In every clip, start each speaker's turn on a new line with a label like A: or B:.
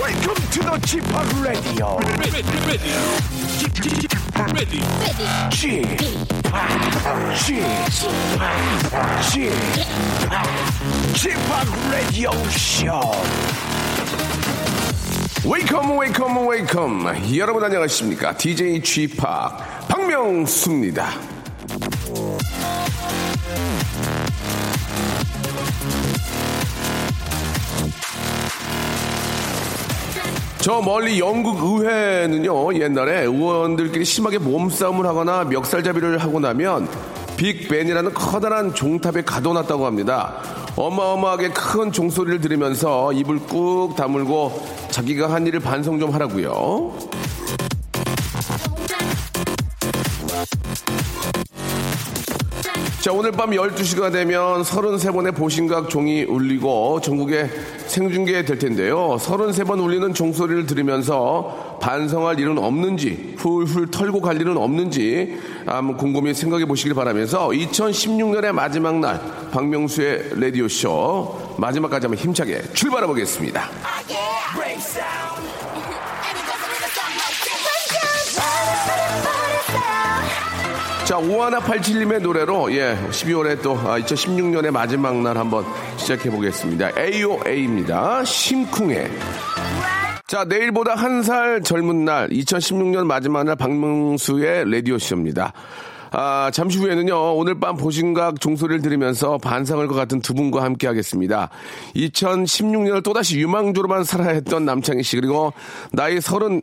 A: Welcome to the Chip Radio.
B: ready, ready, ready, ready,
A: Chip, Chip, Chip, Chip Radio Show. Welcome, welcome, welcome. 여러분 안녕하십니까? DJ Chip 박명수입니다. 저 멀리 영국 의회는요 옛날에 의원들끼리 심하게 몸싸움을 하거나 멱살잡이를 하고 나면 빅벤이라는 커다란 종탑에 가둬놨다고 합니다. 어마어마하게 큰 종소리를 들으면서 입을 꾹 다물고 자기가 한 일을 반성 좀 하라고요. 자, 오늘 밤 12시가 되면 33번의 보신각 종이 울리고 전국에 생중계 될 텐데요. 33번 울리는 종소리를 들으면서 반성할 일은 없는지, 훌훌 털고 갈 일은 없는지, 한번 곰곰이 생각해 보시길 바라면서 2016년의 마지막 날, 박명수의 라디오쇼 마지막까지 한번 힘차게 출발해 보겠습니다. 자, 5187님의 노래로, 예, 12월에 또, 2016년의 마지막 날 한번 시작해 보겠습니다. AOA입니다. 심쿵해. 자, 내일보다 한 살 젊은 날, 2016년 마지막 날 박명수의 라디오쇼입니다. 아, 잠시 후에는요, 오늘 밤 보신각 종소리를 들으면서 반성할 것 같은 두 분과 함께 하겠습니다. 2016년을 또다시 유망주로만 살아 했던 남창희 씨, 그리고 나이 서른,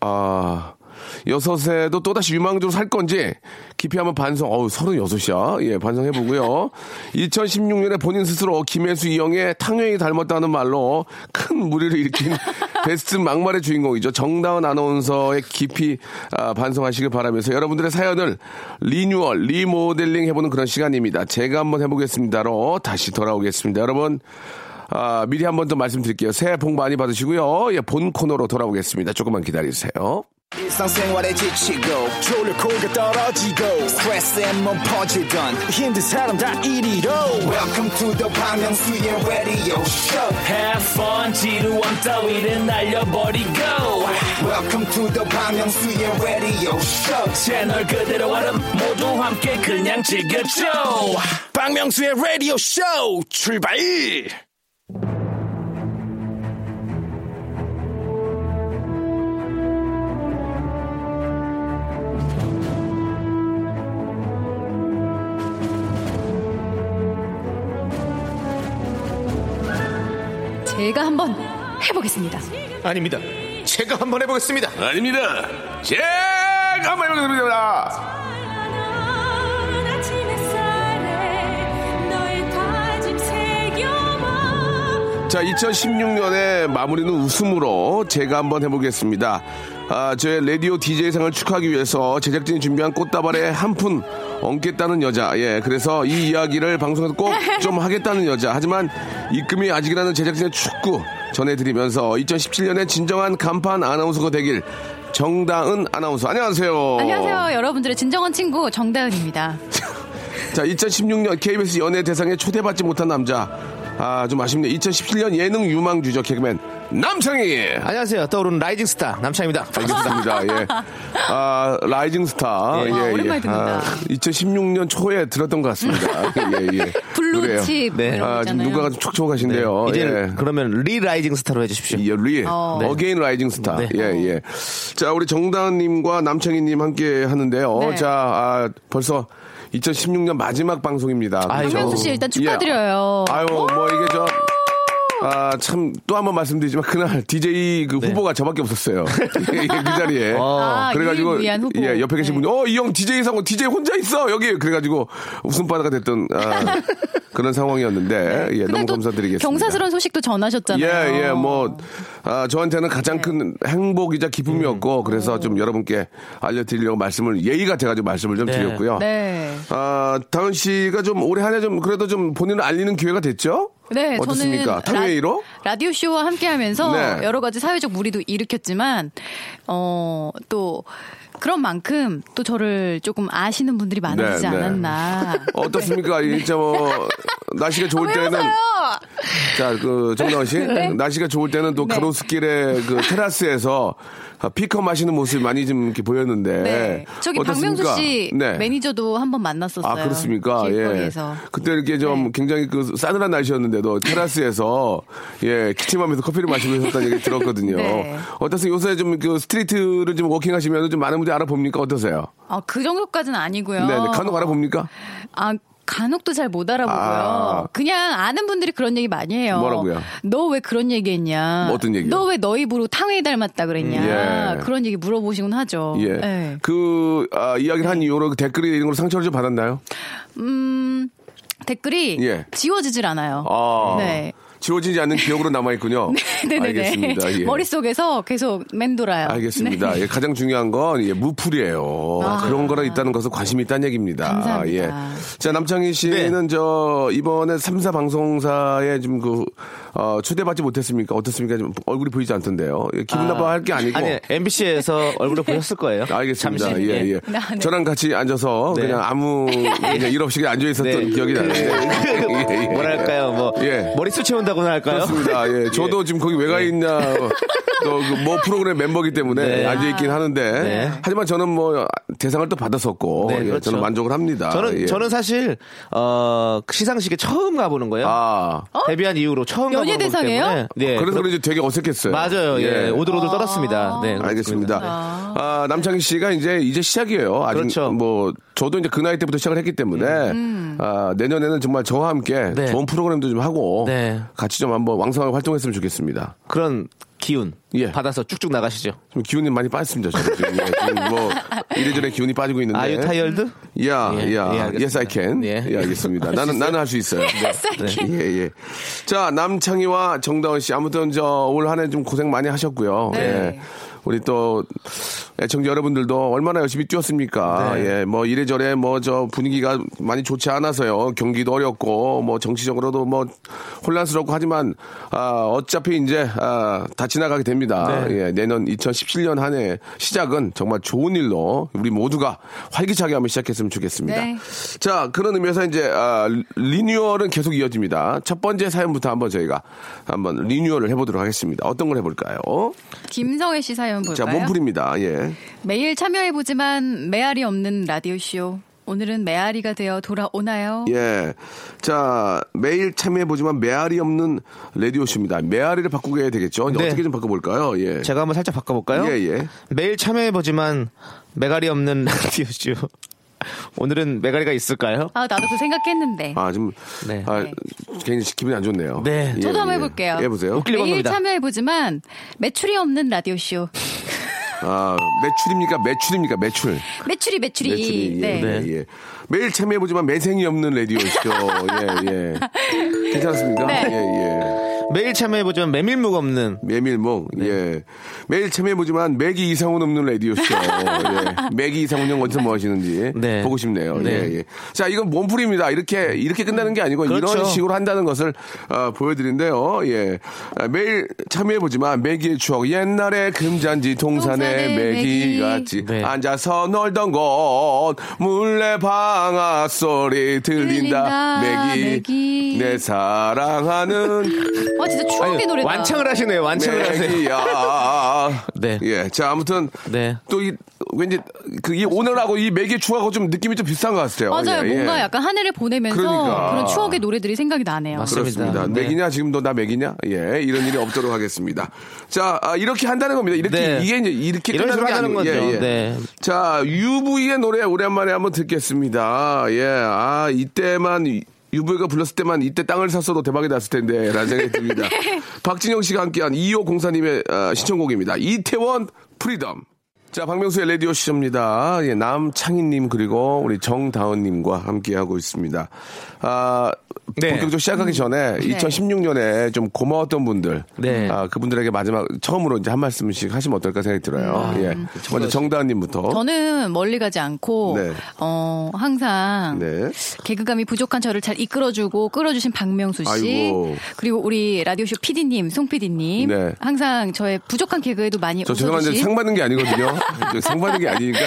A: 아, 여섯에도 또다시 유망주로 살 건지 깊이 한번 반성, 어우, 서른여섯이야. 예, 반성해보고요. 2016년에 본인 스스로 김혜수 이영의 탕웨이 닮았다는 말로 큰 무리를 일으킨 베스트 막말의 주인공이죠. 정다은 아나운서의 깊이 아, 반성하시길 바라면서 여러분들의 사연을 리뉴얼, 리모델링 해보는 그런 시간입니다. 제가 한번 해보겠습니다로 다시 돌아오겠습니다. 여러분. 아, 미리 한 번 더 말씀드릴게요. 새해 복 많이 받으시고요. 예, 본 코너로 돌아오겠습니다. 조금만 기다리세요.
C: 일상생활에 지치고, 졸려 코가 떨어지고, 스트레스에 몸 퍼지던, 힘든 사람 다
A: E
C: 이리로. welcome to the Bang Myung-soo's radio show
D: Have fun 지루한 따위를 날려버리고
C: welcome to the Bang Myung-soo's radio show
D: 채널 그대로 와름 모두 함께 그냥 즐겨줘
A: 박명수의 라디오 쇼 출발!
E: 제가 한번 해보겠습니다.
A: 어. 아닙니다. 제가 한번 해보겠습니다. 아닙니다. 제가 한번 해보겠습니다. 자, 2016년에 마무리는 웃음으로 제가 한번 해보겠습니다. 아, 저의 라디오 DJ상을 축하하기 위해서 제작진이 준비한 꽃다발에 한 푼 얹겠다는 여자. 예, 그래서 이 이야기를 방송에서 꼭 좀 하겠다는 여자. 하지만 입금이 아직이라는 제작진의 축구 전해드리면서 2017년에 진정한 간판 아나운서가 되길 정다은 아나운서. 안녕하세요.
E: 안녕하세요. 여러분들의 진정한 친구 정다은입니다.
A: 자, 2016년 KBS 연예 대상에 초대받지 못한 남자. 아, 좀 아쉽네요. 2017년 예능 유망주죠, 개그맨. 남창희!
F: 안녕하세요. 떠오르는 라이징 스타 남창입니다.
A: 알겠습니다. 예. 아, 라이징 스타. 예, 예.
E: 오랜만에 듣는다.
A: 2016년 초에 들었던 것 같습니다. 예, 예. 노래예요.
E: 블루칩
F: 네.
E: 이런 거
A: 아, 지금
E: 있잖아요.
A: 누가 좀 촉촉하신데요.
F: 이제 그렇죠.
A: 예.
F: 는 그러면 리 라이징 스타로 해주십시오.
A: 예, 리.
E: 어.
A: 어. 게인 라이징 스타.
F: 네.
A: 예, 예. 자, 우리 정다은님과 남창희님 함께 하는데요.
E: 네.
A: 자, 아, 벌써 2016년 마지막 방송입니다.
F: 아이고.
A: 그렇죠?
E: 박명수 씨 일단 축하드려요.
A: 예. 아유, 뭐 이게 저뭐 아, 참, 또 한 번 말씀드리지만, 그날 DJ 그 후보가 저밖에 없었어요. 예, 그 자리에.
E: 아, 유인 위한 후보.
A: 예, 옆에 계신
E: 네.
A: 분이, 어, 이 형 DJ 사고 DJ 혼자 있어! 여기! 그래가지고 웃음바다가 됐던, 아, 그런 상황이었는데, 예,
E: 근데
A: 너무
E: 또
A: 감사드리겠습니다.
E: 네. 경사스러운 소식도 전하셨잖아요.
A: 예, 예, 뭐, 아, 저한테는 가장
E: 네.
A: 큰 행복이자
E: 음.
A: 기쁨이었고, 그래서 좀 여러분께 알려드리려고 말씀을, 예의 같아가지고 말씀을 좀 드렸고요.
E: 네.
A: 아, 다은 씨가 좀 올해 한 해 좀 그래도 좀 본인을 알리는 기회가 됐죠?
E: 네,
A: 어떻습니까?
E: 저는 라-
A: 탕웨이로?
E: 라디오 쇼와 함께하면서
A: 네.
E: 여러 가지 사회적 무리도 일으켰지만 어 또 그런 만큼 또 저를 조금 아시는 분들이 많아지지
A: 네, 네.
E: 않았나. 아,
A: 어떻습니까? 진짜 뭐, 날씨가 좋을
E: 왜
A: 때는.
E: 웃어요?
A: 자, 그, 정다은 씨. 날씨가 좋을 때는 또
E: 네.
A: 가로수길에 그 테라스에서 아, 피커 마시는 모습이 많이 좀 이렇게 보였는데.
E: 네. 저기
A: 어떻습니까? 네.
E: 박명수 씨 매니저도 한 번 만났었어요.
A: 아, 그렇습니까? 예.
E: 길거리에서. 네.
A: 그때 이렇게 좀 굉장히 그 싸늘한 날씨였는데도 테라스에서 예, 기침하면서 커피를 마시고 있었다는 얘기 들었거든요.
E: 네.
A: 어떠세요? 요새 좀 그 스트리트를 좀 워킹하시면 좀 많은 분들이 알아봅니까? 어떠세요?
E: 아, 그 정도까지는 아니고요.
A: 네, 네. 간혹 알아봅니까?
E: 아, 간혹도 잘 못 알아보고요.
A: 아.
E: 그냥 아는 분들이 그런 얘기 많이 해요.
A: 뭐라고요?
E: 너 왜 그런 얘기 했냐?
A: 뭐 어떤 얘기요?
E: 너 왜 너 입으로 탕웨이 닮았다 그랬냐?
A: 음, 예.
E: 그런 얘기 물어보시곤 하죠.
A: 예.
E: 네.
A: 그, 아, 이야기를 한 이후로 그 댓글이 이런 걸 상처를 좀 받았나요?
E: 음, 댓글이
A: 예.
E: 지워지질 않아요.
A: 아.
E: 네.
A: 지워지지 않는 기억으로 남아있군요.
E: 네네네.
A: 알겠습니다. 예.
E: 머릿속에서 계속 맴돌아요.
A: 알겠습니다.
E: 네.
A: 예, 가장 중요한 건 예, 무풀이에요.
E: 아.
A: 그런 거라 있다는 것은 관심이 있다는 얘기입니다. 아, 예.
E: 감사합니다.
A: 자, 남창희 씨는
F: 네.
A: 저 이번에 삼사 방송사에 좀 그 초대받지 못했습니까? 어떻습니까? 좀 얼굴이 보이지 않던데요. 예, 기분 나빠할 게 아니고.
F: 아니 MBC에서 얼굴을 보셨을 거예요.
A: 알겠습니다.
F: 잠시.
A: 예, 예.
E: 네, 네.
A: 저랑 같이 앉아서
F: 네.
A: 그냥 아무 그냥 일 없이 앉아 있었던
F: 네.
A: 기억이
F: 그-
A: 나는데. 예, 예.
F: 뭐랄까요? 뭐
A: 예.
F: 머릿수 채운다고나 할까요?
A: 그렇습니다. 예. 저도 지금 거기 왜 가 있냐. 또뭐 프로그램 멤버기 때문에
F: 네.
A: 앉아있긴 하는데.
F: 네.
A: 하지만 저는 뭐 대상을 또 받았었고.
F: 네,
A: 예,
F: 그렇죠.
A: 저는 만족을 합니다.
F: 저는
A: 예.
F: 저는 사실 어, 그 시상식에 처음 가보는 거예요.
A: 아.
F: 데뷔한 이후로 처음
E: 어?
F: 가보는
E: 연예
F: 거기
E: 대상이에요?
F: 때문에. 네.
A: 그래서
F: 그렇-
A: 그런지 되게 어색했어요.
F: 맞아요. 예. 오들오들 떨었습니다. 네.
A: 알겠습니다. 아, 남창희 씨가 이제 이제 시작이에요. 아직
F: 그렇죠. 음.
A: 뭐 저도 이제 그 나이 때부터 시작을 했기 때문에 아, 내년에는 정말 저와 함께
F: 네.
A: 좋은 프로그램도 좀 하고
F: 네.
A: 같이 좀 한번 왕성하게 활동했으면 좋겠습니다.
F: 그런 기운
A: 예.
F: 받아서 쭉쭉 나가시죠.
A: 좀 기운이 많이 빠졌습니다. 저는 지금, 예, 지금 뭐 이래저래 기운이 빠지고 있는데.
F: Are you tired?
A: 야,
F: 예, 예,
A: 야,
F: 알겠습니다.
A: yes I can. 예,
F: 예.
A: 알겠습니다. 나는 나는 할 수 있어요. 예, 예. 자, 남창희와 정다은 씨 아무튼 저 올 한 해 좀 고생 많이 하셨고요.
E: 네.
A: 예. 우리 또 애청자 여러분들도 얼마나 열심히 뛰었습니까? 예, 뭐 이래저래 뭐 저 분위기가 많이 좋지 않아서요. 경기도 어렵고 뭐 정치적으로도 뭐 혼란스럽고 하지만 아 어차피 이제 아, 다 지나가게 됩니다. 예, 내년 2017년 한 해 시작은 정말 좋은 일로 우리 모두가 활기차게 한번 시작했으면 좋겠습니다.
E: 네.
A: 자, 그런 의미에서 이제 아, 리뉴얼은 계속 이어집니다. 첫 번째 사연부터 한번 저희가 한번 리뉴얼을 해보도록 하겠습니다. 어떤 걸 해볼까요?
E: 김성애 씨 사연 볼까요?
A: 자, 몸풀입니다. 예.
E: 매일 참여해보지만 메아리 없는 라디오쇼. 오늘은 메아리가 되어 돌아오나요?
A: 예. 자, 매일 참여해보지만 메아리 없는 라디오쇼입니다. 메아리를 바꾸게 되겠죠. 이제
F: 네.
A: 어떻게 좀 바꿔볼까요? 예.
F: 제가 한번 살짝 바꿔볼까요?
A: 예, 예.
F: 매일 참여해보지만 메가리 없는 라디오쇼. 오늘은 메가리가 있을까요?
E: 아, 나도 그 생각했는데.
A: 아, 좀.
F: 네.
A: 아,
E: 네.
A: 괜히 기분이 안 좋네요.
F: 네.
E: 저도 한번
A: 예.
E: 해볼게요.
A: 예, 보세요.
F: 웃기려고 한
E: 매일
F: 겁니다.
E: 참여해보지만 매출이 없는 라디오쇼.
A: 아, 매출입니까? 매출입니까? 매출.
E: 매출이 매출이.
A: 매출이, 예,
E: 네.
A: 예, 예. 매일 참여해보지만 매생이 없는 라디오쇼. 예, 예. 괜찮습니까?
E: 네.
A: 예, 예.
F: 매일 참여해보지만 메밀묵 없는
A: 메밀몽,
F: 네.
A: 예. 매일 참여해보지만 맥이 이상훈 없는 라디오쇼. 예. 맥이 이상훈 형 어디서 뭐 하시는지.
F: 네.
A: 보고 싶네요.
F: 네.
A: 예, 예. 자, 이건 몸풀입니다. 이렇게, 이렇게 끝나는 게 아니고 이런
F: 그렇죠.
A: 식으로 한다는 것을 어, 보여드린데요. 예. 아, 매일 참여해보지만 맥이의 추억. 옛날에 금잔지 동산에
E: 동산에
A: 맥이
E: 맥이.
A: 같이
F: 네.
A: 앉아서 놀던 곳. 물레 방아 소리 들린다.
E: 들린다,
A: 맥이.
E: 맥이.
A: 내 사랑하는
E: 와 어, 진짜 추억의 노래다.
A: 어,
F: 완창을 하시네요. 완창을
A: 예.
F: 하세요.
A: 맥이야.
F: 네.
A: 아, 예. 자, 아무튼.
F: 네.
A: 또 이, 왠지, 그, 이 오늘하고 이 맥의 추하고 좀 느낌이 좀 비슷한 것 같아요.
E: 맞아요.
A: 예, 예.
E: 뭔가 약간 한 해를 보내면서
A: 그러니까.
E: 그런 추억의 노래들이 생각이 나네요.
F: 맞습니다.
A: 그렇습니다.
F: 네.
A: 맥이냐? 지금 너 나 맥이냐? 예, 이런 일이 없도록 하겠습니다. 자, 아, 이렇게 한다는 겁니다. 이렇게,
F: 네.
A: 이게 이제 이렇게
F: 이런
A: 끝나는
F: 식으로
A: 게
F: 하는
A: 아니-
F: 거죠.
A: 예, 예.
F: 네.
A: 자, UV의 노래 오랜만에 한번 듣겠습니다. 예, 아, 이때만 유부가 불렀을 때만 이때 땅을 샀어도 대박이 났을 텐데 라는 생각이 듭니다.
F: 네.
A: 박진영 씨가 함께한 2호 공사님의 아, 신청곡입니다. 이태원 프리덤. 자, 박명수의 라디오 쇼입니다. 예, 남창희님 그리고 우리 정다은님과 함께하고 있습니다. 아,
F: 네.
A: 본격적으로
E: 음.
A: 시작하기 전에
E: 네.
A: 2016년에 좀 고마웠던 분들,
F: 네.
A: 아, 그분들에게 마지막 처음으로 이제 한 말씀씩 하시면 어떨까 생각이 들어요.
E: 음.
A: 예,
F: 그렇죠.
A: 먼저 정다은님부터.
E: 저는 멀리 가지 않고
A: 네.
E: 어 항상
A: 네.
E: 개그감이 부족한 저를 잘 이끌어주고 끌어주신 박명수 씨
A: 아이고.
E: 그리고 우리 라디오쇼 PD님 송 PD님
A: 네.
E: 항상 저의 부족한 개그에도 많이
A: 저 죄송한데
E: 웃어주신
A: 상 받는 게 아니거든요. 저상 받는 게 아니니까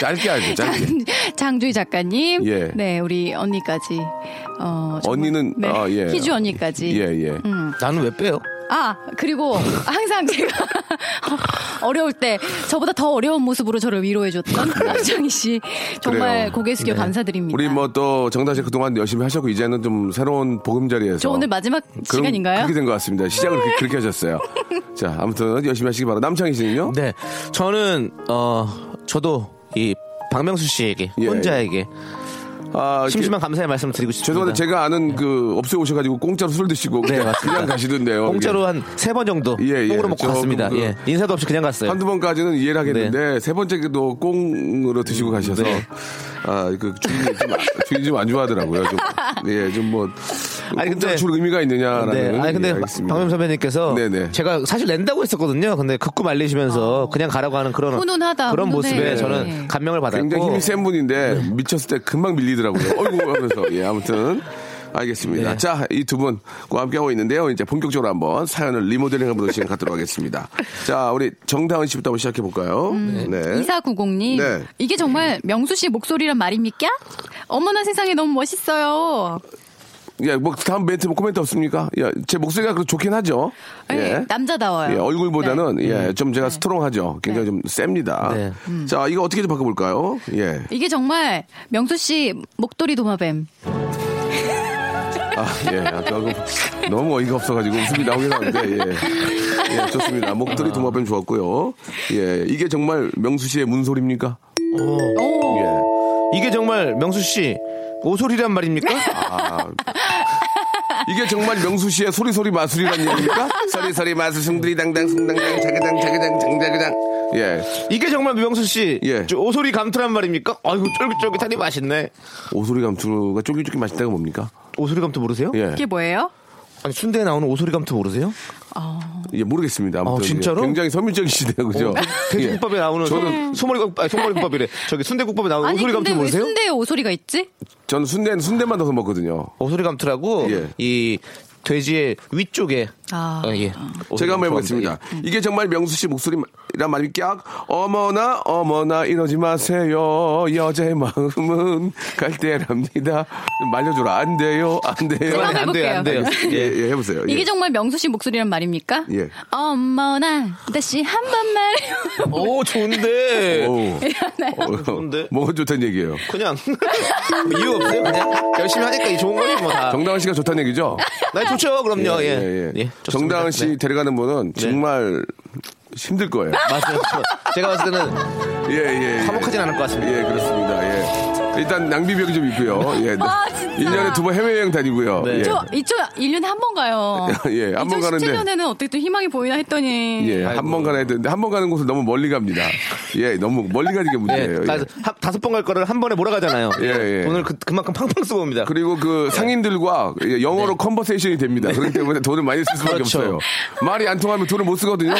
A: 짧게 하죠, 짧게.
E: 장- 장주희 작가님,
A: 예.
E: 네 우리 언니까지 어, 정말-
A: 언니는,
E: 네,
A: 아, 예.
E: 희주 언니까지
A: 예, 예.
F: 나는 왜 빼요?
E: 아 그리고 항상 제가 어려울 때 저보다 더 어려운 모습으로 저를 위로해줬던 남창희 씨 정말
A: 그래요. 네.
E: 고개 숙여 감사드립니다.
A: 우리 뭐 또 정다 씨 그동안 열심히 하셨고 이제는 좀 새로운 보금자리에서
E: 저 오늘 마지막
A: 어. 그럼
E: 시간인가요?
A: 그렇게 된 것 같습니다. 시작을 그렇게, 그렇게 하셨어요. 자, 아무튼 열심히 하시기 바랍니다. 남창희 씨는요?
F: 네, 저는 어 저도 이 박명수 씨에게
A: 예,
F: 혼자에게
A: 아, 이렇게
F: 심심한 감사의 말씀을 드리고 싶습니다. 네.
A: 죄송한데 제가 아는 그 업소에 오셔가지고 공짜로 술 드시고 그냥,
F: 맞습니다.
A: 그냥 가시던데요.
F: 공짜로 한 세 번 정도
A: 예, 예.
F: 뽕으로 먹고
A: 저
F: 갔습니다.
A: 그-
F: 예. 인사도 없이 그냥
A: 이게
F: 갔어요.
A: 한두 번까지는 이해를 하겠는데 세 번째도 꽁으로 드시고 가셔서
F: 네.
A: 아, 그 주인이 좀, 아- 주인이 좀 안 좋아하더라고요. 좀, 예, 좀 뭐.
F: 아니,
A: 공짜로
F: 근데-
A: 줄 의미가 있느냐라는.
F: 네, 아니 근데
A: 예, 알겠습니다.
F: 박명 선배님께서
A: 네네.
F: 제가 사실 낸다고 했었거든요. 근데 극구 말리시면서 그냥 가라고 하는 그런
E: 아. 훈훈하다,
F: 그런
E: 훈훈해.
F: 모습에
E: 네.
F: 저는 감명을 받았고 네.
A: 굉장히 힘이 센 분인데 미쳤을 때 금방 밀리더라고요. 어이구 하면서 예 아무튼 알겠습니다.
F: 네.
A: 자 이 두 분과 함께 하고 있는데요. 이제 본격적으로 한번 사연을 리모델링 해보는 시간 갖도록 하겠습니다. 자 우리 정다은 씨부터 한번 시작해 볼까요? 네.
E: 음, 이사구공님
A: 네.
E: 이게 정말 명수 씨 목소리란 말입니까? 어머나 세상에 너무 멋있어요.
A: 야뭐 다음 멘트 뭐 코멘트 없습니까? 야제 목소리가 그 좋긴 하죠.
E: 예, 남자다워요.
F: 네.
A: 예, 얼굴보다는 예, 좀 제가 스트롱하죠. 굉장히 좀 셉니다.
F: 음.
A: 음.
F: 네.
A: 자, 이거 어떻게 좀 바꿔볼까요? 예.
E: 네. 이게 정말 명수 씨 목도리 도마뱀.
A: 아, 예. 아까 그 너무 어이가 없어가지고 웃음이 나오긴 하는데, 예. 예, 좋습니다. 목도리 도마뱀 좋았고요. 예. 이게 정말 명수 씨의 문소리입니까? 예.
F: 이게 정말 명수 씨 오소리란 말입니까?
E: 네.
A: 이게 정말 명수 씨의 소리소리 마술이란 얘기입니까? 소리소리 마술, 숭두리당당, 숭당당, 자기당, 자기당, 장자기당. 예.
F: 이게 정말 명수 씨
A: 예.
F: 저 오소리 감투란 말입니까? 아이고 쫄깃쫄깃하니 맛있네.
A: 오소리 감투가 쫄깃쫄깃 맛있다가 뭡니까?
F: 오소리 감투 모르세요?
A: 예.
E: 이게 뭐예요?
F: 아니 순대에 나오는 오소리 감투 모르세요?
A: 예, 모르겠습니다. 아무튼.
F: 아, 진짜로? 어,
A: 예, 굉장히 선민적이시네요, 그죠? 예.
F: 돼지국밥에 나오는
A: 저는-
F: 저는 소머리국 아 소머리국밥이래. 저기 순대국밥에 나오는
E: 음. 아니
F: 오소리
E: 근데
F: 감투
E: 왜
F: 모르세요?
E: 순대에 오소리가 있지?
A: 저는 순대, 순대만 넣어서 먹거든요.
F: 오소리 감투라고
A: 예.
F: 이 돼지의 위쪽에
E: 아.
F: 어, 예.
A: 제가 한번 해보겠습니다.
F: 좋아합니다.
A: 이게 정말 명수 씨 목소리란 말이 깍 어머나 어머나 이러지 마세요 여자의 마음은 갈대랍니다 말려줘라 안 돼요 안 돼요
E: 그럼
F: 안 돼요, 안 돼요.
A: 예, 예 해보세요 예.
E: 이게 정말 명수 씨 목소리란 말입니까?
A: 예.
E: 어머나 다시 한 번만.
F: 오 좋은데.
A: 오.
E: 예.
A: 어,
F: 좋은데?
A: 뭐가 좋다는 얘기예요
F: 그냥 이유 없어요. 그냥 열심히 하니까 이 좋은 거지 뭐 다.
A: 정다은 씨가 좋다는 얘기죠
F: 나 좋죠. 그럼요. 예.
A: 예, 예.
F: 좋습니다.
A: 정다은 씨
F: 네.
A: 데려가는 분은 정말 힘들 거예요
F: 맞아요. 저- 제가 봤을 때는
A: 예예
F: 화목하진 않을 것 같습니다.
A: 예, 그렇습니다. 예. 일단 낭비벽이 좀 있고요. 예.
E: 아, 진짜.
A: 1년에 두 번 해외여행 다니고요.
F: 네.
A: 예.
E: 저 이쪽 1년에 한 번 가요.
A: 예, 한번 가는데.
E: 2017년에는 어떻게 또 희망이 보이나 했더니
A: 예, 한 번 가야 되는데 한 번 가는 곳은 너무 멀리 갑니다. 예, 너무 멀리 가는 게
F: 예,
A: 문제예요.
F: 다,
A: 예.
F: 한- 다섯 번 갈 거를 한 번에 몰아가잖아요.
A: 예, 예.
F: 오늘 그, 그만큼 팡팡 쓰고 옵니다.
A: 그리고 그
F: 네.
A: 상인들과 예, 영어로 컨버세이션이 됩니다. 그렇기 때문에 돈을 많이 쓸 수밖에
F: 그렇죠.
A: 없어요. 말이 안 통하면 돈을 못 쓰거든요.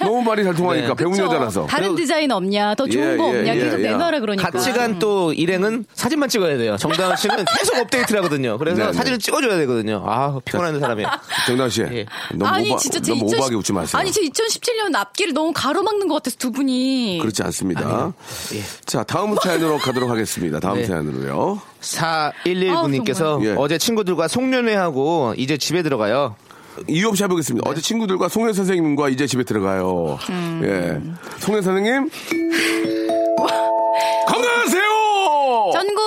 A: 너무 말이 잘 통하니까
F: 네.
A: 배운
E: 저
A: 여자라서.
E: 다른 디자인 없냐 더 좋은
A: 예,
E: 거
A: 예,
E: 없냐
A: 예,
E: 계속
A: 예.
E: 내놔라 그러니까
F: 같이 간 또 일행은 사진만 찍어야 돼요. 정다은 씨는 계속 업데이트를 하거든요. 그래서
A: 네, 네.
F: 사진을 찍어줘야 되거든요. 아, 피곤한 사람이.
A: 정당 씨,
F: 예.
A: 너무,
E: 아니
A: 오바,
E: 진짜 제
A: 너무
E: 2010
A: 오바하게 웃지 마세요.
E: 아니 제 2017년 앞길을 너무 가로막는 것 같아서 두 분이
A: 그렇지 않습니다. 자, 다음 사연으로 가도록 하겠습니다. 다음
F: 예. 네.
A: 사연으로요.
E: 아,
F: 4119님께서
A: 정말. 예.
F: 어제 친구들과 송년회하고 이제 집에 들어가요.
A: 이유 없이
E: 네.
A: 해보겠습니다. 어제 친구들과 송혜 선생님과 이제 집에 들어가요.
E: 음.
A: 예. 송혜 선생님, 건강하세요!
E: 전국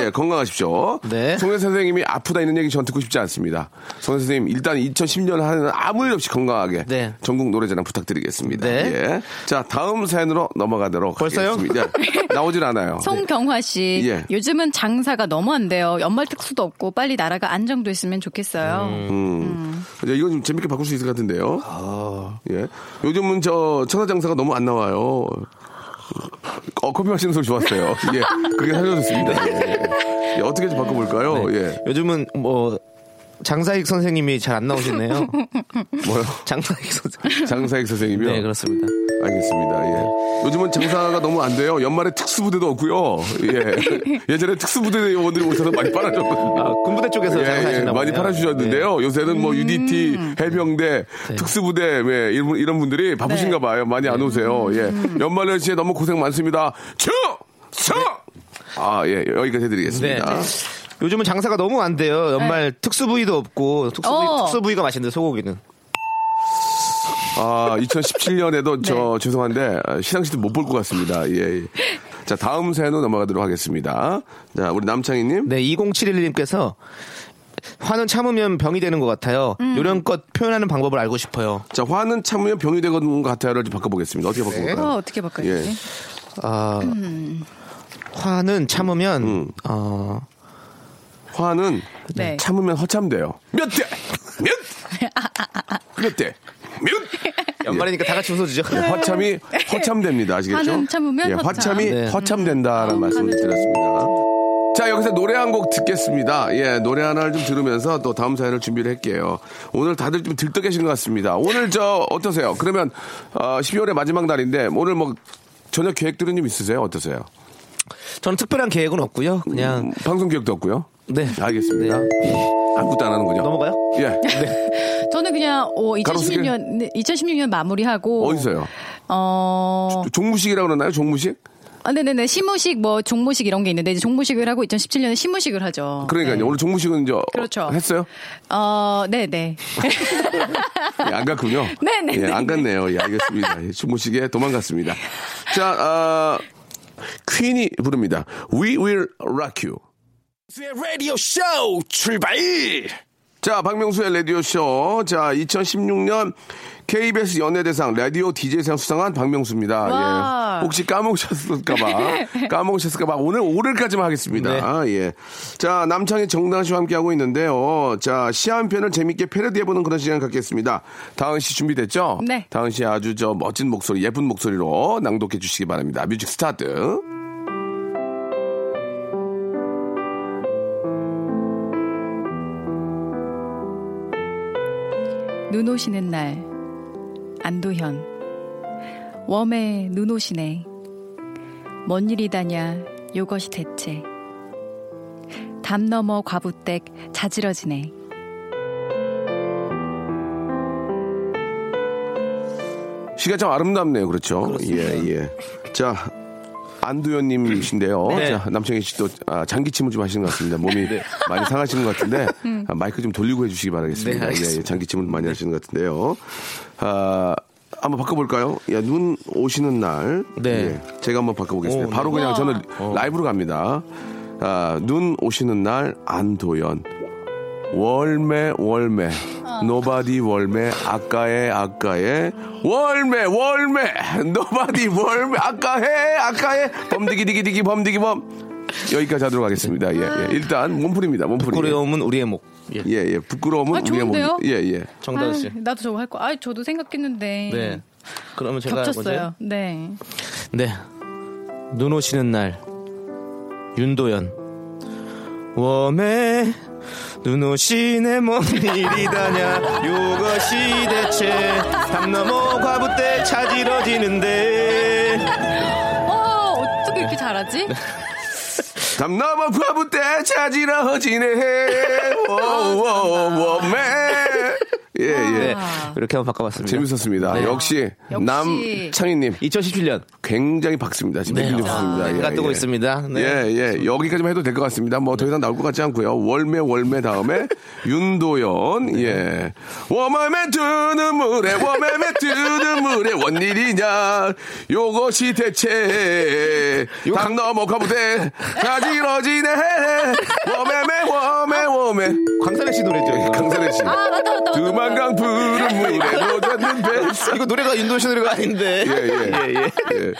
A: 예, 건강하십시오.
F: 네.
A: 송혜 선생님이 아프다 이런 얘기 전 듣고 싶지 않습니다. 송혜 선생님, 일단 2010년 한 해는 아무 일 없이 건강하게
F: 네.
A: 전국 노래자랑 부탁드리겠습니다.
F: 네.
A: 예. 자, 다음 사연으로 넘어가도록
F: 벌써요?
A: 하겠습니다. 예, 나오질 않아요.
E: 송경화 씨,
A: 예.
E: 요즘은 장사가 너무 안 돼요. 연말 특수도 없고 빨리 나라가 안정됐으면 좋겠어요.
A: 음. 자, 이건 좀 재밌게 바꿀 수 있을 것 같은데요.
F: 아.
A: 예. 요즘은 저 천하장사가 너무 안 나와요. 어, 커피 마시는 소리 좋았어요. 예. 그게 살려줬습니다. 예. 예, 어떻게 좀 바꿔볼까요?
F: 네.
A: 예.
F: 요즘은 뭐 장사익 선생님이 잘 안 나오시네요.
A: 뭐요?
F: 장사익 선생님.
A: 장사익 선생님이요?
F: 네 그렇습니다.
A: 알겠습니다. 예. 요즘은 장사가 너무 안 돼요. 연말에 특수부대도 없고요. 예. 예전에 특수부대원들이 오셔서 많이 빨아줬거든요.
F: 아, 군부대 쪽에서
A: 예, 예,
F: 장사하시나 보네요. 음. 네.
A: 많이 팔아주셨는데요. 요새는 뭐 UDT, 해병대, 특수부대 예, 이런, 이런 분들이 바쁘신가 봐요. 많이 안
F: 음.
A: 오세요. 예. 연말 연시에 너무 고생 많습니다. 쭉! 쭉! 아, 예, 여기까지
F: 네.
A: 해드리겠습니다.
F: 네. 요즘은 장사가 너무 안 돼요. 연말 특수부위도 없고 특수부위,
E: 네. 어.
F: 특수부위가 맛있는데 소고기는.
A: 아,
F: 네.
A: 2017년에도 저 죄송한데 아, 시상식도 못 볼 것 같습니다. 예. 예. 자, 다음 사연으로 넘어가도록 하겠습니다. 자, 우리 남창희님.
F: 네, 2071님께서 화는 참으면 병이 되는 것 같아요.
E: 음.
F: 요령껏 표현하는 방법을 알고 싶어요.
A: 자, 화는 참으면 병이 되는 것 같아요를 좀 바꿔보겠습니다. 어떻게
E: 어,
A: 바꿔볼까요?
E: 어떻게
F: 네.
E: 바꿔야 되지?
A: 예.
F: 아, 화는 참으면 어,
A: 화는
E: 네.
A: 참으면 허참돼요. 몇 대! 몇! 몇 대! 몇! 예,
F: 연말이니까 다 같이 웃어주죠.
A: 허참이 허참됩니다. 아시겠죠?
E: 네. 화는 참으면
A: 예,
E: 허참. 음.
A: 허참이
F: 네.
A: 허참된다라는 말씀을 드렸습니다. 자, 여기서 노래 한 곡 듣겠습니다. 예, 노래 하나를 좀 들으면서 또 다음 사연을 준비를 할게요. 오늘 다들 좀 들떠 계신 것 같습니다. 오늘 저, 어떠세요? 그러면, 어, 12월의 마지막 날인데, 오늘 뭐, 저녁 계획들은 좀 있으세요? 어떠세요?
F: 저는 특별한 계획은 없고요. 그냥
A: 음, 방송 계획도 없고요.
F: 네.
A: 알겠습니다.
F: 네.
A: 아무것도 안 하는군요.
F: 넘어가요?
A: 예.
E: 저는 그냥 어,
A: 가로수길?
E: 2016년 2016년 마무리하고
A: 어디서요?
E: 어,
A: 종무식이라고 그러나요? 종무식?
E: 아, 네네네 시무식 뭐 종무식 이런 게 있는데 이제 종무식을 하고 2017년에 시무식을 하죠.
A: 그러니까요.
E: 네.
A: 오늘 종무식은 이제
E: 그렇죠.
A: 했어요?
E: 어, 네네.
A: 예, 안 갔군요.
E: 네, 네,
A: 예,
E: 네,
A: 안 갔네요. 예, 알겠습니다. 예, 주무시게 도망갔습니다. 자, 아, 퀸이 부릅니다. We will rock you.
F: 네,
B: 라디오 쇼 출발!
A: 자, 박명수의 라디오쇼. 자, 2016년 KBS 연예대상 라디오 DJ상 수상한 박명수입니다.
E: 와.
A: 예. 혹시 까먹으셨을까봐, 까먹으셨을까봐 오늘 5일까지만 하겠습니다.
F: 네.
A: 아, 예. 자, 남창희 정당 씨와 함께하고 있는데요. 자, 시 한 편을 재밌게 패러디해보는 그런 시간 갖겠습니다. 다은 씨 준비됐죠?
E: 네.
A: 다은 씨 아주 저 멋진 목소리, 예쁜 목소리로 낭독해 주시기 바랍니다. 뮤직 스타트.
E: 눈 오시는 날 안도현 웜에 눈 오시네 뭔 일이다냐 요것이 대체 담 넘어 과부댁 자지러지네
A: 시가 참 아름답네요. 그렇죠? 예, 예. 자, 안두현님이신데요.
F: 네.
A: 자, 남창희 씨도 아, 장기침을 좀 하시는 것 같습니다. 몸이 많이 상하시는 것 같은데 아, 마이크 좀 돌리고 해주시기
F: 음. 네,
A: 바라겠습니다.
F: 알겠습니다. 네.
A: 예, 예, 장기침을 많이 하시는 것 같은데요. 아, 한번 바꿔볼까요? 야, 눈 오시는 날.
F: 네.
A: 예, 제가 한번 바꿔보겠습니다.
F: 오, 네. 어.
A: 바로 그냥
E: 우와.
A: 저는 라이브로 갑니다. 아, 눈 오시는 날 안도현. 월매 월매
E: 어.
A: 노바디 월매 아까해 아까해 월매 월매 노바디 월매 아까해 아까해 범디기디기디기 범디기범 여기까지 하도록 하겠습니다. 예,
E: 아.
A: 예. 일단 몸풀입니다. 몸풀이.
F: 고려움은 우리의 목. 예.
A: 예, 예. 부끄러움은
E: 아,
A: 우리의 몸.
E: 좋은데요?
A: 예, 예.
F: 정다은 씨.
E: 아유, 나도 저거 할 거. 아 저도 생각했는데
F: 네. 그러면 제가 먼저.
E: 겹쳤어요. 네.
F: 네. 눈 오시는 날 윤도현 웜에 눈 오시네 뭔 일이다냐 요것이 대체 담 넘어 과부때 차지러지는데 네.
E: 어 어떻게 이렇게 잘하지?
A: 네. 담나무 과부 때
E: 아,
A: 찾으라 허지네. 워워워매. 예, 예.
F: 이렇게 한번 바꿔봤습니다.
A: 재밌었습니다.
F: 네.
A: 역시,
E: 역시.
A: 남창희님
F: 2017년
A: 굉장히 박습니다. 지금
F: 네,
A: 굉장히
F: 아,
A: 박습니다.
F: 해가 뜨고 있습니다. 네.
A: 예, 예. 여기까지만 해도 될 것 같습니다. 뭐 더 이상 나올 것 같지 않고요. 월매 월매 다음에 윤도연 예. 워마매 뜨는 물에 워마매 뜨는 물에 원일이냐 요것이 대체 강 넘어 가보대 가지러지네 워매매 워매 워매
F: 광산의 씨 노래죠. 이거.
A: 강산의 씨
E: 아 맞다 맞다 맞다.
A: 두만강 푸른 물에 노젓는 뱃살
F: 이거 그 노래가 윤도현 씨 노래가 아닌데.
A: 예, 예. 예.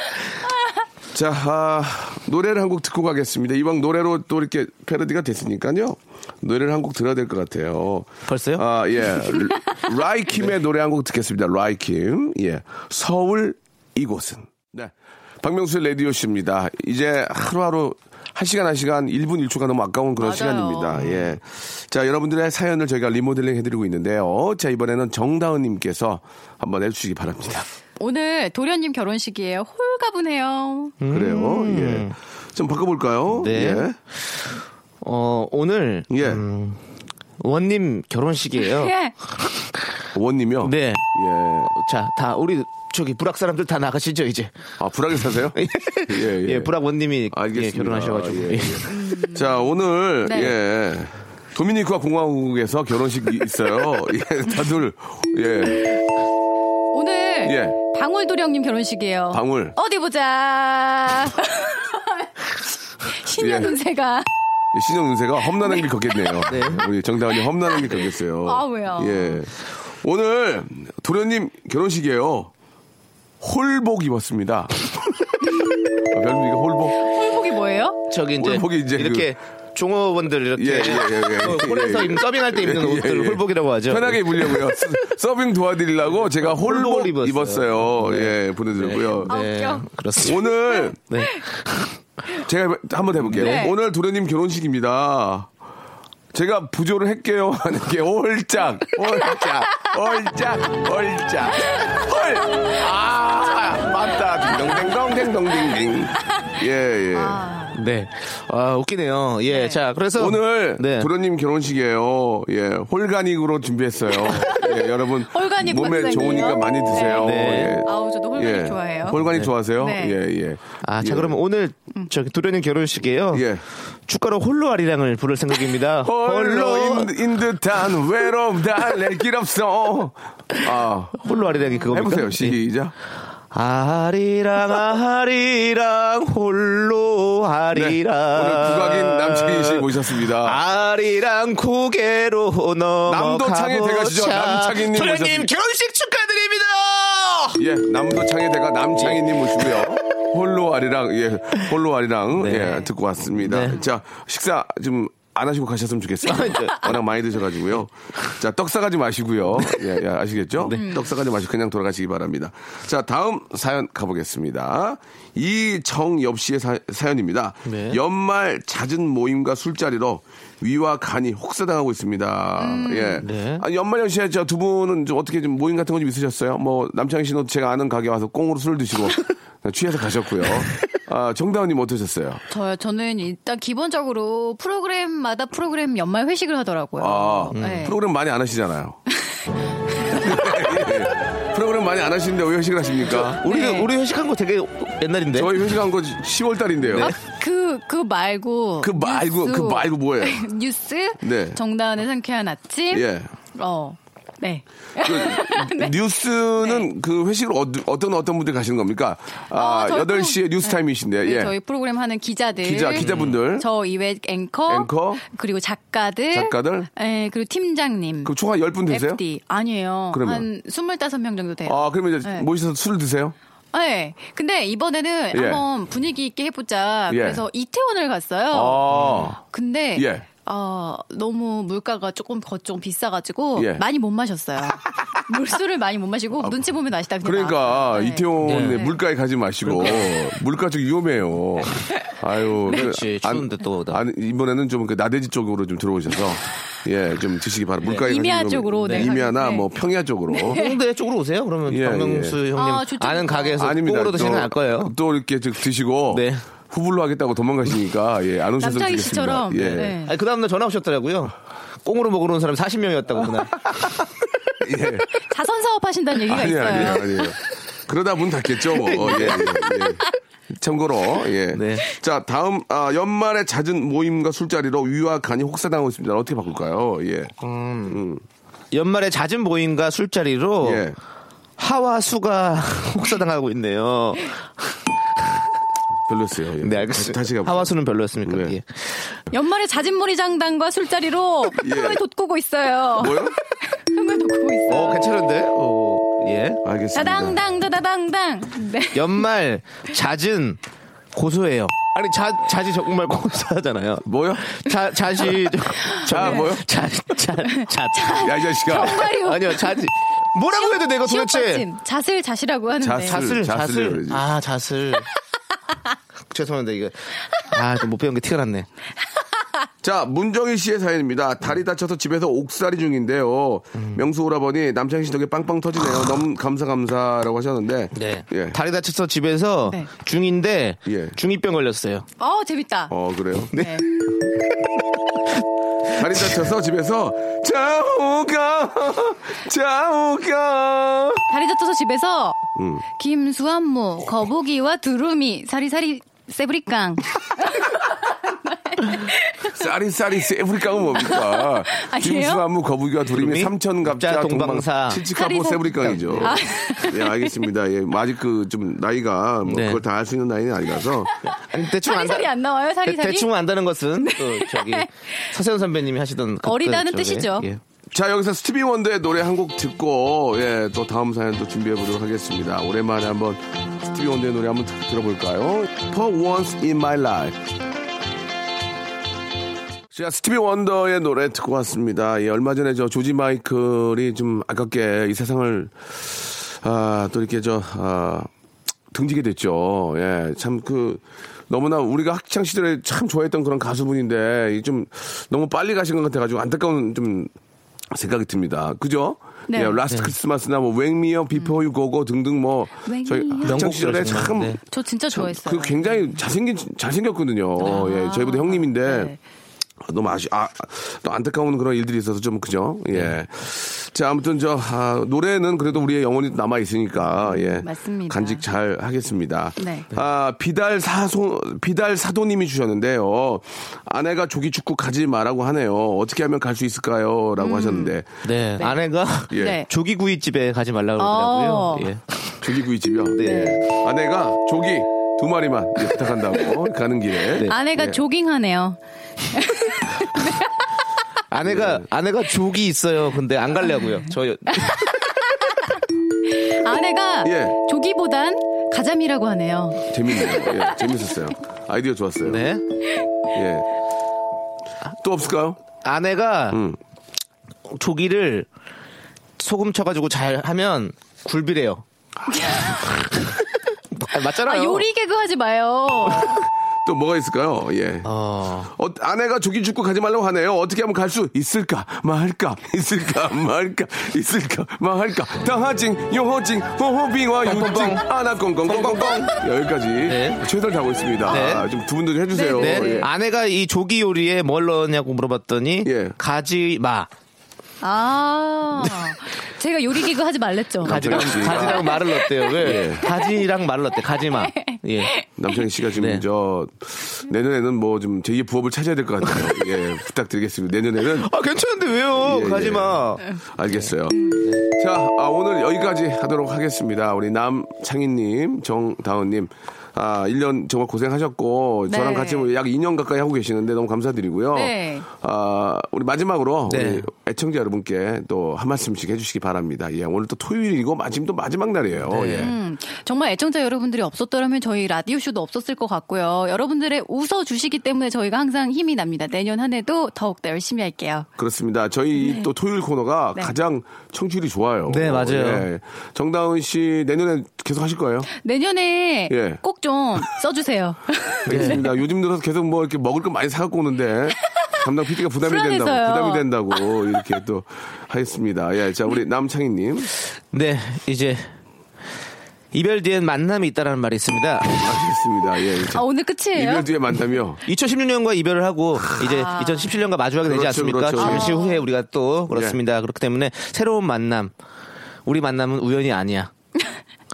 A: 자, 아, 노래를 한 곡 듣고 가겠습니다. 이왕 노래로 또 이렇게 패러디가 됐으니까요. 노래를 한 곡 들어야 될 것 같아요.
F: 벌써요? 네.
A: 아, 예. 라이킴의 노래 한 곡 듣겠습니다. 라이킴. 예. 서울 이곳은. 네. 박명수의 라디오 씨입니다. 이제 하루하루 한 시간 한 시간 1분 1초가 너무 아까운 그런
E: 맞아요.
A: 시간입니다. 예. 자, 여러분들의 사연을 저희가 리모델링 해드리고 있는데요. 자, 이번에는 정다은님께서 한번 해주시기 바랍니다.
E: 오늘 도련님 결혼식이에요. 홀가분해요.
A: 네. 그래요. 예. 좀 바꿔볼까요?
F: 음. 네.
A: 예.
F: 어, 오늘
A: 예.
F: 음, 원님 결혼식이에요.
E: 예.
A: 원님이요?
F: 네.
A: 예.
F: 자, 다 우리 저기 불악 사람들 다 나가시죠 이제.
A: 아, 불하게 사세요? 예, 예.
F: 예, 불악 원님이 예,
A: 알겠습니다.
F: 결혼하셔가지고.
A: 예, 예.
F: 음.
A: 자, 오늘,
E: 네.
A: 예. 도미니카 공화국에서 결혼식이 있어요. 예, 다들, 예.
E: 오늘
A: 예.
E: 방울 도령님 결혼식이에요.
A: 방울.
E: 어디 보자.
A: 예.
E: 신년 운세가
A: 신영 운세가 험난한 길 걷겠네요. 우리 정다은이 험난한 길 걷겠어요.
E: 아, 왜요?
A: 예. 오늘 도련님 결혼식이에요. 홀복 입었습니다. 아, 별명이 홀복.
E: 홀복이 뭐예요?
F: 저기 이제
A: 오늘 거기 이제 그
F: 이렇게 종업원들 이렇게
A: 예, 예, 예, 예.
F: 어, 홀에서
A: 예, 예.
F: 입- 서빙할 때 입는
A: 예, 예,
F: 옷들
A: 예.
F: 홀복이라고 하죠.
A: 편하게 입으려고요. 서- 서빙 도와드리려고 제가 홀복
F: 홀복을 입었어요.
A: 입었어요. 예, 보내드렸고요.
F: 네,
E: 아, 웃겨.
F: 그렇습니다.
A: 오늘
F: 네.
A: 제가 한번 해볼게요.
E: 네.
A: 오늘 도련님 결혼식입니다. 제가 부조를 할게요 하는 게 홀짝, 홀짝, 홀짝, 홀짝, 홀. 아 맞다. 딩동댕동댕동댕딩. 예 예.
F: 네. 아, 웃기네요. 예. 자, 그래서
A: 오늘
F: 네.
A: 도련님 결혼식이에요. 예, 홀가닉으로 준비했어요. 예, 여러분
E: 홀가닉
A: 몸에
E: 원장이에요?
A: 좋으니까 많이 드세요.
F: 네.
A: 예.
E: 아우 저도 홀가닉
A: 예.
E: 좋아해요.
A: 홀가닉 좋아하세요?
E: 네.
A: 예, 예.
F: 아, 자
A: 예.
F: 그러면 오늘 저기 도련님 결혼식이에요.
A: 예.
F: 축가로 홀로 아리랑을 부를 생각입니다.
A: 홀로 인, 인 듯한 외로움 달랠길 없어. 아,
F: 홀로 아리랑이 그겁니까?
A: 해보세요.
F: 예.
A: 시작.
F: 아리랑 아리랑 홀로 아리랑
A: 네. 오늘 국악인 남창희
F: 아.
A: 씨
F: 어.
A: 모셨습니다.
F: 아리랑 고개로 넘어
A: 남도창의 대가시죠. 남창희님
F: 도련님
A: 모셨습니다.
F: 결혼식 축하드립니다.
A: 예, 남도창의 대가 남창희님 모시고요. 홀로 아리랑, 예, 홀로 아리랑, 예, 듣고 왔습니다.
F: 네. 아,
A: 자, 식사 좀. 안 하시고 가셨으면 좋겠어요. 예, 워낙 많이 드셔가지고요. 자, 떡 싸가지 마시고요. 예, 예, 아시겠죠?
F: 네.
A: 떡 싸가지 마시고 그냥 돌아가시기 바랍니다. 자, 다음 사연 가보겠습니다. 이정엽 씨의 사, 연입니다
F: 네.
A: 연말 잦은 모임과 술자리로 위와 간이 혹사당하고 있습니다. 예.
F: 네.
A: 아, 연말 연시에 저 두 분은 좀 어떻게 좀 모임 같은 거 좀 있으셨어요? 뭐 남창희 씨는 제가 아는 가게 와서 꽁으로 술 드시고 취해서 가셨고요. 아, 정다은님 어떠셨어요?
E: 저요. 저는 일단 기본적으로 프로그램마다 프로그램 연말 회식을 하더라고요.
A: 아,
E: 네.
A: 프로그램 많이 안 하시잖아요. 예. 프로그램 많이 안 하시는데 왜 회식을 하십니까?
F: 우리
E: 네.
F: 우리 회식한 거 되게 옛날인데.
A: 저희 회식한 거 10월 달인데요.
E: 아, 그, 그 말고.
A: 네. 그 말고,
E: 뉴스.
A: 그 말고 뭐예요?
E: 뉴스?
A: 네.
E: 정다은의 상쾌한 아침?
A: 예.
E: 어. 네.
A: 그 뉴스는 그 회식을 어, 떤 어떤 분들 가시는 겁니까? 아,
E: 어, 네. 저희
A: 8시에 뉴스 타임이신데,
E: 그
A: 예.
E: 저희 프로그램 하는 기자들. 음,
A: 기자, 기자분들.
E: 저 이외 앵커.
A: 앵커.
E: 그리고 작가들.
A: 작가들.
E: 예, 그리고 팀장님.
A: 그럼 총 한 10분 되세요?
E: FD. 아니에요.
A: 그러면?
E: 한 25명 정도 돼요.
A: 아, 그러면 이제
E: 네.
A: 모셔서 술을 드세요?
E: 네. 근데 이번에는
A: 아. 예.
E: 한번 분위기 있게 해보자.
A: 예.
E: 그래서 이태원을 갔어요.
A: 아.
E: 근데
A: 예.
E: 어, 너무 물가가 조금 거 좀 비싸가지고
A: 예.
E: 많이 못 마셨어요. 물술을 많이 못 마시고 눈치 보면 아시다 그냥.
A: 그러니까
E: 네. 그러니까.
A: 이태원에
F: 네.
A: 물가에 가지 마시고 물가 쪽 위험해요. 아유,
E: 네.
A: 그
F: 그렇지. 추운데 또 오다.
A: 안- 이번에는 좀그 나대지 쪽으로 좀 들어오셔서 예, 좀 드시기 바랍니다. 물가에
E: 임야
A: 가시면
E: 쪽으로,
A: 네.
E: 네,
A: 임야나
E: 네.
A: 뭐 평야 쪽으로.
F: 홍대 쪽으로 오세요. 그러면
A: 예,
F: 박명수
E: 아,
F: 형님
E: 좋죠,
F: 아, 는
E: 좋죠.
F: 가게에서
A: 아닙니다.
F: 꽁으로 드시는
A: 또-
F: 알 거예요.
A: 또 이렇게 좀 드시고
F: 네.
A: 후불로 하겠다고 도망가시니까 예, 안 오셔서
E: 남창희
A: 드리겠습니다.
E: 씨처럼.
A: 예.
E: 네.
F: 아니, 그 다음날 전화 오셨더라고요. 꽁으로 먹으러 온 사람 40명이었다고 그날.
A: 예.
E: 자선 사업 하신다는 얘기가
A: 아니요,
E: 있어요.
A: 아니요, 아니요. 그러다 문 닫겠죠, 뭐. 어, 예, 예, 예. 참고로, 예.
F: 네.
A: 자, 다음, 아, 연말에 잦은 모임과 술자리로 위와 간이 혹사당하고 있습니다. 어떻게 바꿀까요? 예.
F: 음, 연말에 잦은 모임과 술자리로
A: 예.
F: 하와 수가 혹사당하고 있네요.
A: 별로였어요. 예.
F: 네, 알겠습니다.
A: 다시, 다시 가볼게요.
F: 하와 수는 별로였습니까?
A: 네.
F: 예.
E: 연말에 자진몰이 장단과 술자리로
A: 예.
E: 흥을 돋구고 있어요.
A: 뭐요?
E: 흥을 돋구고 있어요.
F: 어, 괜찮은데? 어, 예.
A: 알겠습니다.
E: 다당당 다다당당. 네.
F: 연말 잦은 고소해요. 아니 자 자지 정말 고소하잖아요.
A: 뭐요?
F: 자 자지
A: 자, 뭐요?
F: 자자자
A: 야, 이 자식아.
E: 정말요.
F: 아니요 자지 뭐라고 해도 내가 도대체
E: 시옷받침. 잣을 잣이라고 하는데.
A: 잣을.
F: 자슬
A: 자슬이라고
F: 자슬
A: 그러지.
F: 아 자슬 죄송합니다 이거 아못 배운 게 티가 났네.
A: 자, 문정희 씨의 사연입니다. 다리 다쳐서 집에서 옥살이 중인데요. 명수 오라버니 남창희 씨 덕에 빵빵 터지네요. 너무 감사 감사라고 하셨는데.
F: 네.
A: 예.
F: 다리 다쳐서 집에서
E: 네.
F: 중인데
A: 예.
F: 중이병 걸렸어요.
E: 어 재밌다.
A: 어, 그래요?
E: 네.
A: 다리 다쳐서 집에서 자오가 자오가
E: 다리 다쳐서 집에서
A: 음.
E: 김수한무 거북이와 두루미 사리사리 세브리깡.
A: 쌀이 쌀이 세브리깡은 뭡니까?
E: 아니에요?
A: 김수한무 거북이와 두림이
F: 두루미?
A: 삼천갑자
F: 갑자
A: 동방사
F: 동방사.
A: 칠치카보
E: 사리복-
A: 세브리깡이죠.
E: 아.
A: 예, 알겠습니다. 예, 아직 그 좀 나이가 뭐
F: 네.
A: 그걸 다 할 수 있는 나이는 아니라서
F: 아니, 대충
E: 사리사리
F: 안다-
E: 안 나와요?
F: 대,
E: 사리사리?
F: 대충 안다는 것은 또 저기 서세현 선배님이 하시던 그-
E: 어리다는
F: 그 저기,
E: 뜻이죠.
F: 예.
A: 자 여기서 스티비 원더의 노래 한 곡 듣고 예, 또 다음 사연 또 준비해 보도록 하겠습니다. 오랜만에 한번 스티비 원더의 노래 한번 드- 들어볼까요? For Once in My Life. 자 스티비 원더의 노래 듣고 왔습니다. 예, 얼마 전에 저 조지 마이클이 좀 아깝게 이 세상을 아, 또 이렇게 저 아, 등지게 됐죠. 예, 참 그 너무나 우리가 학창 시절에 참 좋아했던 그런 가수분인데 이좀 너무 빨리 가신 것 같아가지고 안타까운 좀 생각이 듭니다. 그죠?
E: 네. 음.
A: 예, 라스트 크리스마스나 뭐 Wake Me Up Before You Go Go 등등 뭐
E: Wake
A: 저희
E: Me Up.
A: 학창 시절에
F: 명곡들
A: 참.
F: 정말, 네.
E: 저 진짜
A: 참
E: 좋아했어요.
A: 그 굉장히 잘생긴 잘생겼거든요. 예, 저희보다 형님인데
E: 네.
A: 너무 아쉬, 아, 또 안타까운 그런 일들이 있어서 좀 그죠? 예.
E: 네.
A: 자, 아무튼 저, 아, 노래는 그래도 우리의 영혼이 남아있으니까, 예.
E: 맞습니다.
A: 간직 잘 하겠습니다.
E: 네.
A: 아, 비달 사소, 비달 사도님이 주셨는데요. 아내가 조기 축구 가지 마라고 하네요. 어떻게 하면 갈 수 있을까요? 라고 하셨는데.
F: 네, 아내가
A: 예.
E: 음. 네.
F: 조기구이집에 가지 말라고 그러더라고요.
E: 어.
F: 예.
A: 조기구이집이요. 네. 아내가 조기 두 마리만 예, 부탁한다고 가는 길에.
E: 아내가
A: 예.
E: 조깅하네요.
F: 아내가 아내가 조기 있어요. 근데 안 갈려고요. 저 여-
E: 아내가
A: 예.
E: 조기보단 가자미라고 하네요.
A: 재밌네요. 예, 재밌었어요. 아이디어 좋았어요.
F: 네.
A: 예. 또 없을까요?
F: 아내가
A: 음.
F: 조기를 소금 쳐 가지고 잘 하면 굴비래요. 아,
E: 아,
F: 맞잖아요.
E: 요리 개그 하지 마요.
A: 또 뭐가 있을까요? 예.
F: 어.
A: 어, 아내가 조기 죽고 가지 말라고 하네요. 어떻게 하면 갈 수 있을까? 말까? 있을까? 말까? 있을까? 말까? 당하징, 요호징, 호호빙화, 유징, 아나꽁꽁꽁꽁꽁. 여기까지
F: 네.
A: 최선을 다하고 있습니다.
F: 네.
A: 아, 좀두 분도 좀 해주세요.
F: 네.
A: 예.
F: 아내가 이 조기 요리에 뭘 넣었냐고 물어봤더니
A: 예.
F: 가지 마.
E: 아, 제가 요리 개그 하지 말랬죠.
F: 가지랑
A: 역시.
F: 가지랑 말을 넣었대요. 왜? 가지랑 말을 넣었대. 가지 마. 예.
A: 남창희 씨가 지금
F: 네.
A: 저 내년에는 뭐 좀 제2의 부업을 찾아야 될 것 같아요. 예, 부탁드리겠습니다. 내년에는
F: 아 괜찮은데 왜요?
A: 예, 예.
F: 가지 마.
A: 알겠어요. 자, 아, 오늘 여기까지 하도록 하겠습니다. 우리 남창희님, 정다은님. 아, 1년 정말 고생하셨고,
E: 네.
A: 저랑 같이 뭐약 2년 가까이 하고 계시는데 너무 감사드리고요.
E: 네.
A: 아, 우리 마지막으로
F: 네.
A: 우리 애청자 여러분께 또 한 말씀씩 해주시기 바랍니다. 예, 오늘 또 토요일이고, 마침 또 마지막 날이에요.
F: 네.
A: 예.
E: 음, 정말 애청자 여러분들이 없었더라면 저희 라디오쇼도 없었을 것 같고요. 여러분들의 웃어주시기 때문에 저희가 항상 힘이 납니다. 내년 한 해도 더욱더 열심히 할게요.
A: 그렇습니다. 저희 또 토요일 코너가
E: 네.
A: 가장 청취율이 좋아요.
F: 네, 맞아요.
A: 예. 정다은 씨, 내년에 계속 하실 거예요?
E: 내년에
A: 예.
E: 꼭 좀 써주세요.
A: 알겠습니다.
E: 네.
A: 요즘 들어서 계속 뭐 이렇게 먹을 거 많이 사갖고 오는데 담당 PD가 부담이 된다고
E: 불안해서요.
A: 부담이 된다고 이렇게 또 하겠습니다. 예, 자 우리 남창희님
F: 네 이제 이별 뒤엔 만남이 있다라는 말이 있습니다.
A: 알겠습니다. 예.
E: 아,
A: 자,
E: 오늘 끝이에요?
A: 이별 뒤에 만나며
F: 2016년과 이별을 하고 이제
E: 아.
F: 2017년과 마주하게 되지
A: 그렇죠,
F: 않습니까?
A: 그렇죠. 예.
F: 잠시 후에 우리가 또 그렇습니다. 그렇기 때문에 새로운 만남, 우리 만남은 우연이 아니야.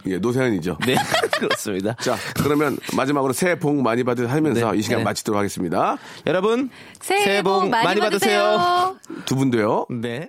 A: 예, 노세현이죠.
F: 네 그렇습니다.
A: 자, 그러면 마지막으로 새해 복 많이 받으면서
F: 네,
A: 이 시간
F: 네.
A: 마치도록 하겠습니다.
F: 여러분
E: 새해 복 많이, 받으세요.
A: 두 분도요.
F: 네.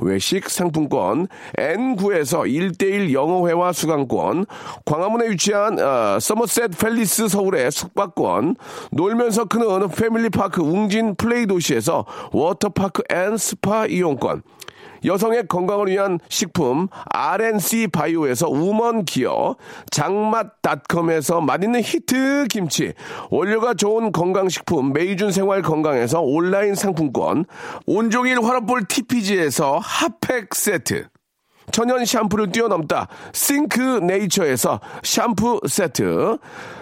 A: 외식 상품권, N9에서 1대1 영어회화 수강권, 광화문에 위치한 어, 서머셋 팰리스 서울의 숙박권, 놀면서 크는 패밀리파크 웅진 플레이 도시에서 워터파크 앤 스파 이용권, 여성의 건강을 위한 식품 RNC 바이오에서 우먼 기어 장맛닷컴에서 맛있는 히트 김치 원료가 좋은 건강식품 메이준 생활 건강에서 온라인 상품권 온종일 화롯볼 TPG에서 핫팩 세트 천연 샴푸를 뛰어넘다 싱크 네이처에서 샴푸 세트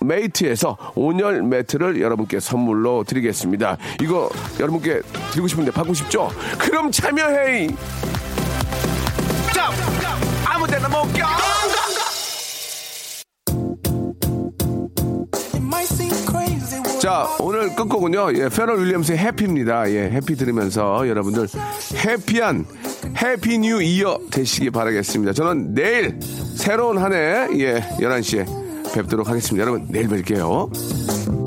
A: 메이트에서 온열 매트를 여러분께 선물로 드리겠습니다. 이거 여러분께 드리고 싶은데 받고 싶죠? 그럼 참여해! 아무 데나 못 가! 자, 오늘 끝곡은요, 예, 페럴 윌리엄스의 해피입니다. 예, 해피 들으면서 여러분들 해피한 해피 뉴 이어 되시기 바라겠습니다. 저는 내일 새로운 한 해, 예, 11시에 뵙도록 하겠습니다. 여러분, 내일 뵐게요.